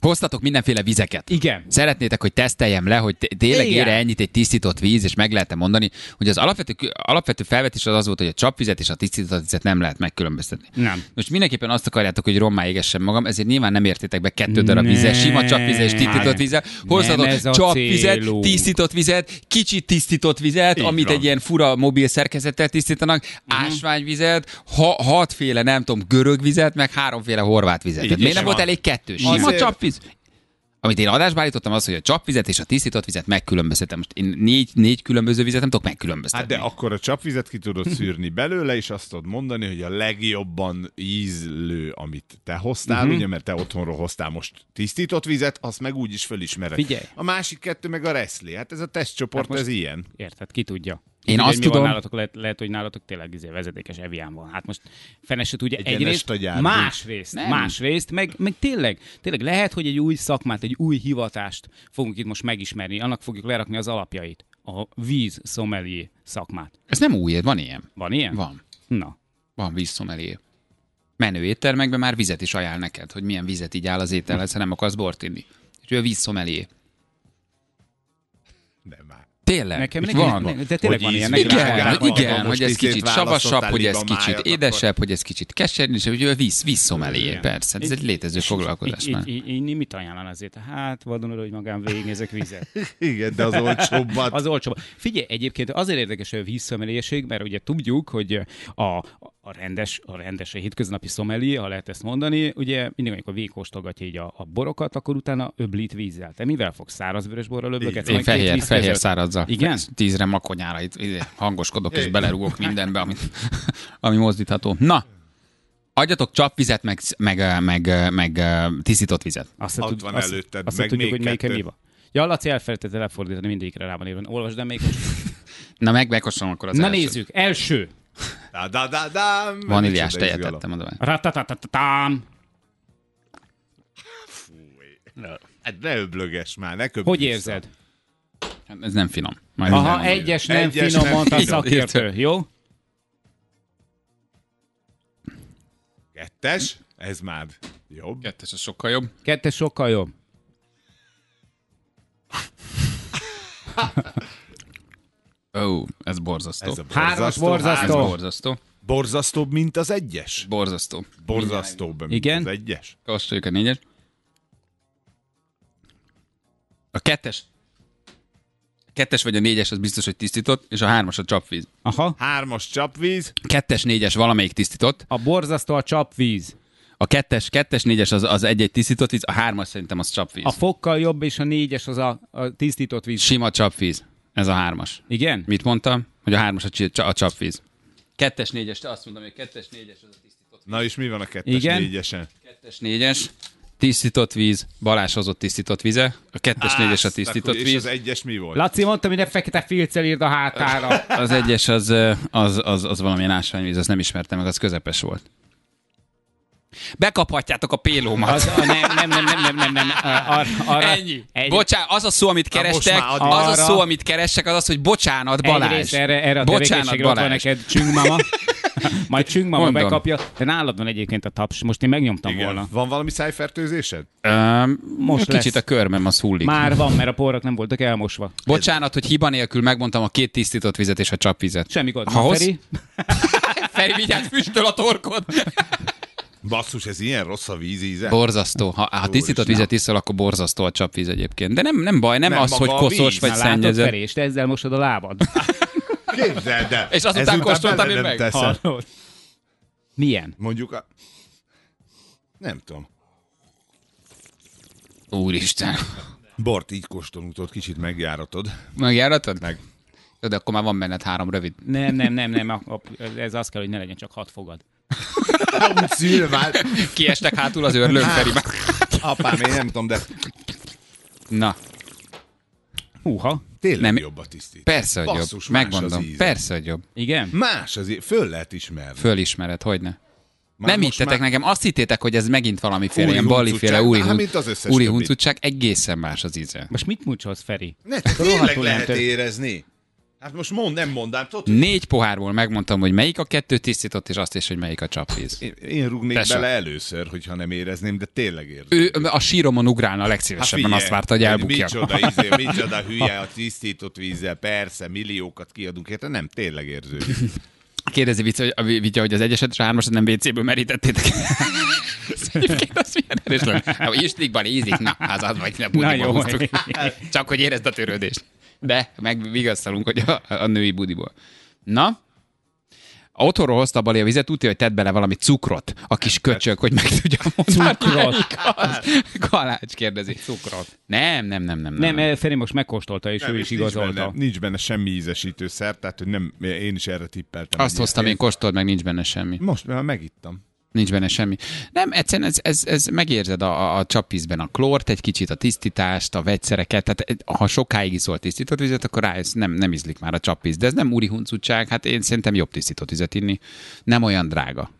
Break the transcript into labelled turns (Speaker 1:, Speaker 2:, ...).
Speaker 1: hoztatok mindenféle vizeket.
Speaker 2: Igen.
Speaker 1: Szeretnétek, hogy teszteljem le, hogy té- tényleg
Speaker 2: Igen.
Speaker 1: ére ennyit egy tisztított víz, és meg lehet mondani, hogy az alapvető, alapvető felvetés az az volt, hogy a csapvizet és a tisztított vizet nem lehet megkülönböztetni.
Speaker 2: Nem.
Speaker 1: Most mindenképpen azt akarjátok, hogy rommá égessen magam, ezért nyilván nem értétek be kettő darab vizet, sima csapvizet és tisztított vizet.
Speaker 2: Nem ez a
Speaker 1: Hozhatok csapvizet,
Speaker 2: célunk.
Speaker 1: tisztított vizet, kicsit tisztított vizet,
Speaker 2: Így
Speaker 1: amit
Speaker 2: van. Mhm.
Speaker 1: egy ilyen fura mobil szerkezettel tisztítanak, ásványvizet, ha, hatféle, nem tudom, görög vizet, meg háromféle horvát vizet. Tehát
Speaker 3: is
Speaker 1: miért nem volt
Speaker 3: van.
Speaker 1: elég kettő? Sima
Speaker 3: Azért-
Speaker 1: csapvíz. Amit én adásba állítottam, az, hogy a csapvizet és a tisztított vizet megkülönböztetem. Most én négy, négy különböző vizet nem tudok
Speaker 3: Hát
Speaker 1: megkülönböztetni.
Speaker 3: de akkor a csapvizet ki tudod szűrni belőle, és azt tudod mondani, hogy a legjobban ízlő, amit te hoztál,
Speaker 2: Mhm.
Speaker 3: uh-huh. ugye, mert te otthonról hoztál most tisztított vizet, azt meg úgy is fölismered.
Speaker 2: Figyelj.
Speaker 3: A másik kettő meg a reszli. Hát ez a tesztcsoport,
Speaker 2: Hát most-
Speaker 3: ez ilyen.
Speaker 2: Érted, ki tudja.
Speaker 1: Én
Speaker 2: Ugye,
Speaker 1: azt
Speaker 2: mi van
Speaker 1: tudom-
Speaker 2: Nálatok, lehet, lehet, hogy nálatok tényleg izé vezetékes evián van. Hát most fene se tudja
Speaker 3: Egyenest
Speaker 2: egyrészt,
Speaker 3: a gyárban.
Speaker 2: másrészt,
Speaker 1: Nem.
Speaker 2: másrészt, meg, meg tényleg, tényleg lehet, hogy egy új szakmát, egy új hivatást fogunk itt most megismerni, annak fogjuk lerakni az alapjait, a víz szomelié szakmát.
Speaker 1: Ez nem új, van ilyen.
Speaker 2: Van ilyen?
Speaker 1: Van.
Speaker 2: Na,
Speaker 1: Van vízszomelé. Menő éttermekben már vizet is ajánl neked, hogy milyen vizet így áll az ételhez, ha nem akarsz bort inni. És ő a vízszomelé.
Speaker 3: Nem már.
Speaker 1: Tényleg,
Speaker 2: Nekem-
Speaker 1: itt
Speaker 2: nekem-
Speaker 1: van.
Speaker 2: ne- de tényleg
Speaker 3: Hogy
Speaker 2: van ilyen,
Speaker 3: ízlik,
Speaker 2: nekem
Speaker 3: drágában
Speaker 1: igen,
Speaker 2: rákáltam.
Speaker 3: van,
Speaker 1: igen,
Speaker 3: most
Speaker 1: hogy ez
Speaker 3: izét
Speaker 1: kicsit
Speaker 3: választottál
Speaker 1: savasabb, hogy ez
Speaker 3: libamájat,
Speaker 1: kicsit
Speaker 3: akkor-
Speaker 1: édesebb, hogy ez kicsit keserű, és hogy ő a víz, vízszomelé,
Speaker 2: Igen.
Speaker 1: persze. Ez egy létező foglalkozás
Speaker 2: így,
Speaker 1: már.
Speaker 2: így, így, így, mit ajánlan azért? Hát, vadonul, hogy magán végignézek vizet.
Speaker 3: Igen, de az olcsóbbat.
Speaker 2: Az olcsóbb. Figyelj, egyébként azért érdekes a vízszomeléjesség, mert ugye tudjuk, hogy a, a rendes, a rendes, a hétköznapi szomeli, ha lehet ezt mondani, ugye mindig, amikor végkóstolgatja így a, a borokat, akkor utána öblít vízzel. Te mivel fogsz szárazvörös borral öblögetni?
Speaker 1: Én
Speaker 2: meg két
Speaker 1: fehér,
Speaker 2: víz
Speaker 1: fehér
Speaker 2: között?
Speaker 1: szárazzal.
Speaker 2: Igen?
Speaker 1: Tízre makonyára itt ide hangoskodok, és belerúgok mindenbe, ami, ami mozdítható. Na, adjatok csapvizet, meg, meg, meg, meg tisztított vizet.
Speaker 2: Azt
Speaker 3: Ott
Speaker 2: tud-
Speaker 3: van
Speaker 2: azt-
Speaker 3: előtted,
Speaker 2: azt
Speaker 3: meg
Speaker 2: tudjuk,
Speaker 3: még
Speaker 2: hogy melyike
Speaker 3: kettő.
Speaker 2: mi van. Ja, Laci elfelejtette lefordítani, mindegyikre rá van írva. Olvasd el még.
Speaker 1: Na, meg, megkóstolom akkor az
Speaker 2: Na
Speaker 1: elsőt.
Speaker 2: nézzük, első.
Speaker 3: Da, da, da, da,
Speaker 1: Vaníliás
Speaker 3: Micsoda
Speaker 1: tejet
Speaker 3: izgalom.
Speaker 1: tettem oda.
Speaker 2: Ratatatatám.
Speaker 3: Hát ne öblöges már, ne köpj
Speaker 2: Hogy
Speaker 3: vissza.
Speaker 2: érzed?
Speaker 1: Hát Ez nem finom. Majd
Speaker 2: Aha,
Speaker 1: mindjárt mondom.
Speaker 2: egyes nem
Speaker 3: Egyes
Speaker 2: finom,
Speaker 3: nem
Speaker 2: mondta a
Speaker 3: finom.
Speaker 2: szakértő. Jó?
Speaker 3: Kettes, ez már jobb.
Speaker 1: Kettes az sokkal jobb.
Speaker 2: Kettes sokkal jobb.
Speaker 1: Ó, oh, ez borzasztó.
Speaker 3: Ez a Oh.
Speaker 2: Hármas
Speaker 1: ez
Speaker 2: borzasztó.
Speaker 3: hármas.
Speaker 1: borzasztó.
Speaker 3: Borzasztóbb, mint az egyes?
Speaker 1: Borzasztó.
Speaker 3: Borzasztóbb, mint
Speaker 2: Igen?
Speaker 3: az egyes.
Speaker 1: Kóstoljuk a négyes. A kettes a kettes vagy a négyes az biztos, hogy tisztított, és a hármas a csapvíz.
Speaker 2: Aha.
Speaker 3: Hármas csapvíz,
Speaker 1: Kettes, négyes valamelyik tisztított.
Speaker 2: A borzasztó a csapvíz.
Speaker 1: A kettes, kettes, négyes az, az egy-egy tisztított víz, a hármas szerintem az csapvíz.
Speaker 2: A fokkal jobb, és a négyes az a, a tisztított víz.
Speaker 1: Sima csapvíz. Ez a hármas.
Speaker 2: Igen?
Speaker 1: Mit mondtam? Hogy a hármas a, csi- a csapvíz. Kettes, négyes, te azt mondom, hogy a kettes, négyes az a tisztított.
Speaker 3: Na és mi van a kettes
Speaker 2: Igen?
Speaker 3: négyesen?
Speaker 1: Kettes, négyes, tisztított víz, Balázs hozott tisztított vize, a kettes, négyes a
Speaker 3: Azt,
Speaker 1: tisztított
Speaker 3: akkor- És az
Speaker 1: víz,
Speaker 3: egyes mi volt?
Speaker 2: Laci mondta, minden fekete filccel írd a hátára.
Speaker 1: az egyes az, az, az, az valamilyen ásványvíz, azt nem ismertem meg, az közepes volt. Bekaphatjátok a pélómat.
Speaker 2: Az, a, nem, nem, nem, nem, nem, nem, nem. Ar, arra,
Speaker 1: Ennyi. ennyi. Bocsánat, az a szó, amit
Speaker 3: Na, most
Speaker 1: kerestek,
Speaker 3: már
Speaker 1: az
Speaker 3: addig.
Speaker 1: a
Speaker 2: Arra-
Speaker 1: szó, amit kerestek, az az, hogy bocsánat, Balázs.
Speaker 2: Egyrészt erre, erre a
Speaker 1: bocsánat,
Speaker 2: tevékenységre ott van
Speaker 1: Balázs.
Speaker 2: neked csüngmama. Majd csüngmama
Speaker 1: Mondom.
Speaker 2: bekapja. De nálad van egyébként a taps. Most én megnyomtam
Speaker 3: Igen.
Speaker 2: volna.
Speaker 3: Van valami szájfertőzésed?
Speaker 1: Öm,
Speaker 2: Most
Speaker 1: Most kicsit a
Speaker 2: lesz.
Speaker 1: körmem az hullik.
Speaker 2: Már van, mert a porrak nem voltak elmosva.
Speaker 1: Bocsánat, hogy hiba nélkül megmondtam a két tisztított vizet és a csapvizet.
Speaker 2: Semmi gond.
Speaker 1: Ha
Speaker 2: Ha
Speaker 1: hossz-
Speaker 2: Feri,
Speaker 1: Feri, vigyázz, füstöl a torkod!
Speaker 3: Basszus, ez ilyen rossz a vízíze?
Speaker 1: Borzasztó. Ha, ha tisztított vizet iszol, akkor borzasztó a csapvíz egyébként. De nem, nem baj, nem,
Speaker 3: Nem
Speaker 1: nem az,
Speaker 3: maga
Speaker 1: hogy
Speaker 3: a
Speaker 1: koszos
Speaker 3: víz.
Speaker 1: vagy
Speaker 2: na, látod
Speaker 1: szennyezett.
Speaker 2: Feri, és te ezzel mosod a lábad.
Speaker 3: Képzeld el!
Speaker 1: És azután
Speaker 3: Ezután
Speaker 1: kóstoltam
Speaker 3: bele
Speaker 1: én
Speaker 3: nem
Speaker 1: meg?
Speaker 3: teszed.
Speaker 2: Hallod? Milyen?
Speaker 3: Mondjuk a... Nem tudom.
Speaker 1: Úristen.
Speaker 3: Bort így kóstolunk, tudod, kicsit megjáratod.
Speaker 1: Megjáratod? Meg. Jó, de akkor már van benned három rövid.
Speaker 2: Nem, nem, nem, nem, a- a- ez az kell, hogy ne legyen csak hat fogad.
Speaker 3: Amúgy Szilván,
Speaker 1: Kiestek hátul az őrlőn, Feri.
Speaker 3: Hát, apám, én nem tudom, de
Speaker 1: Na,
Speaker 2: Húha.
Speaker 3: tényleg
Speaker 1: Nem.
Speaker 3: jobb a tisztít.
Speaker 1: persze, hogy
Speaker 3: Basszus,
Speaker 1: jobb.
Speaker 3: más az
Speaker 1: Megmondom.
Speaker 3: íze.
Speaker 1: Persze, hogy jobb.
Speaker 2: Igen?
Speaker 3: Más azért, föl lehet ismerni.
Speaker 1: Fölismered, hogy ne.
Speaker 3: Már
Speaker 1: nem
Speaker 3: most
Speaker 1: hittetek
Speaker 3: már-
Speaker 1: nekem, azt hittétek, hogy ez megint valamiféle
Speaker 3: Úri
Speaker 1: ilyen baliféle
Speaker 3: huncutság.
Speaker 1: úri,
Speaker 3: Hát,
Speaker 1: hun-
Speaker 3: mint az összes
Speaker 1: úri
Speaker 3: többi.
Speaker 1: huncutság, egészen más az íze.
Speaker 2: Most mit muncsolsz, Feri?
Speaker 3: Ne, tényleg
Speaker 2: Rohadtul nem
Speaker 3: lehet
Speaker 2: tör-
Speaker 3: érezni. Hát most mond, nem mondám. Tudod, hogy
Speaker 1: Négy pohárból megmondtam, hogy melyik a kettő tisztított, és azt is, hogy melyik a csapvíz.
Speaker 3: én, én rúgnék
Speaker 1: Tessa.
Speaker 3: bele először, hogyha nem érezném, de tényleg érzem. Hát
Speaker 1: Ő a síromon ugrálna a legszívesebben, azt várta, hogy elbukjak.
Speaker 3: Micsoda, izé, micsoda hülye a tisztított vízzel, persze, milliókat kiadunk érte, nem, tényleg érződik.
Speaker 1: Kérdezi Vitya, hogy, a Vitya, hogy az egyeset és a hármasat nem WC-ből merítettétek. Ez Egyébként az milyen erős lenne. Ha islikban ízik, na, az az vagy, ne
Speaker 2: Na
Speaker 1: budiból
Speaker 2: jó.
Speaker 1: hoztuk. Csak hogy érezd a törődést. De megvigasztalunk, hogy a, a női budiból. Na, Otthonról hozta a Bali a vizet, tudja, hogy tett bele valami cukrot, a kis köcsög, hogy meg tudja mondani.
Speaker 2: Cukrot.
Speaker 1: Az. Kalács kérdezi. Cukrot. Nem, nem, nem, nem.
Speaker 2: Nem, eh, Feri most megkóstolta, és ő
Speaker 3: és
Speaker 2: is
Speaker 3: Nincs benne,
Speaker 2: igazolta.
Speaker 3: nincs benne semmi ízesítő szer, tehát hogy nem, én is erre tippeltem.
Speaker 1: Azt hoztam én, kóstold meg, nincs benne semmi.
Speaker 3: Most már megittam.
Speaker 1: Nincs benne semmi. Nem, egyszerűen ez, ez, ez megérzed a, a, a csapvízben a klort, egy kicsit a tisztítást, a vegyszereket, tehát egy- ha sokáig iszol tisztított vizet, akkor rájössz, nem, nem ízlik már a csapvíz. De ez nem úri huncutság, hát én szerintem jobb tisztított vizet inni. Nem olyan drága.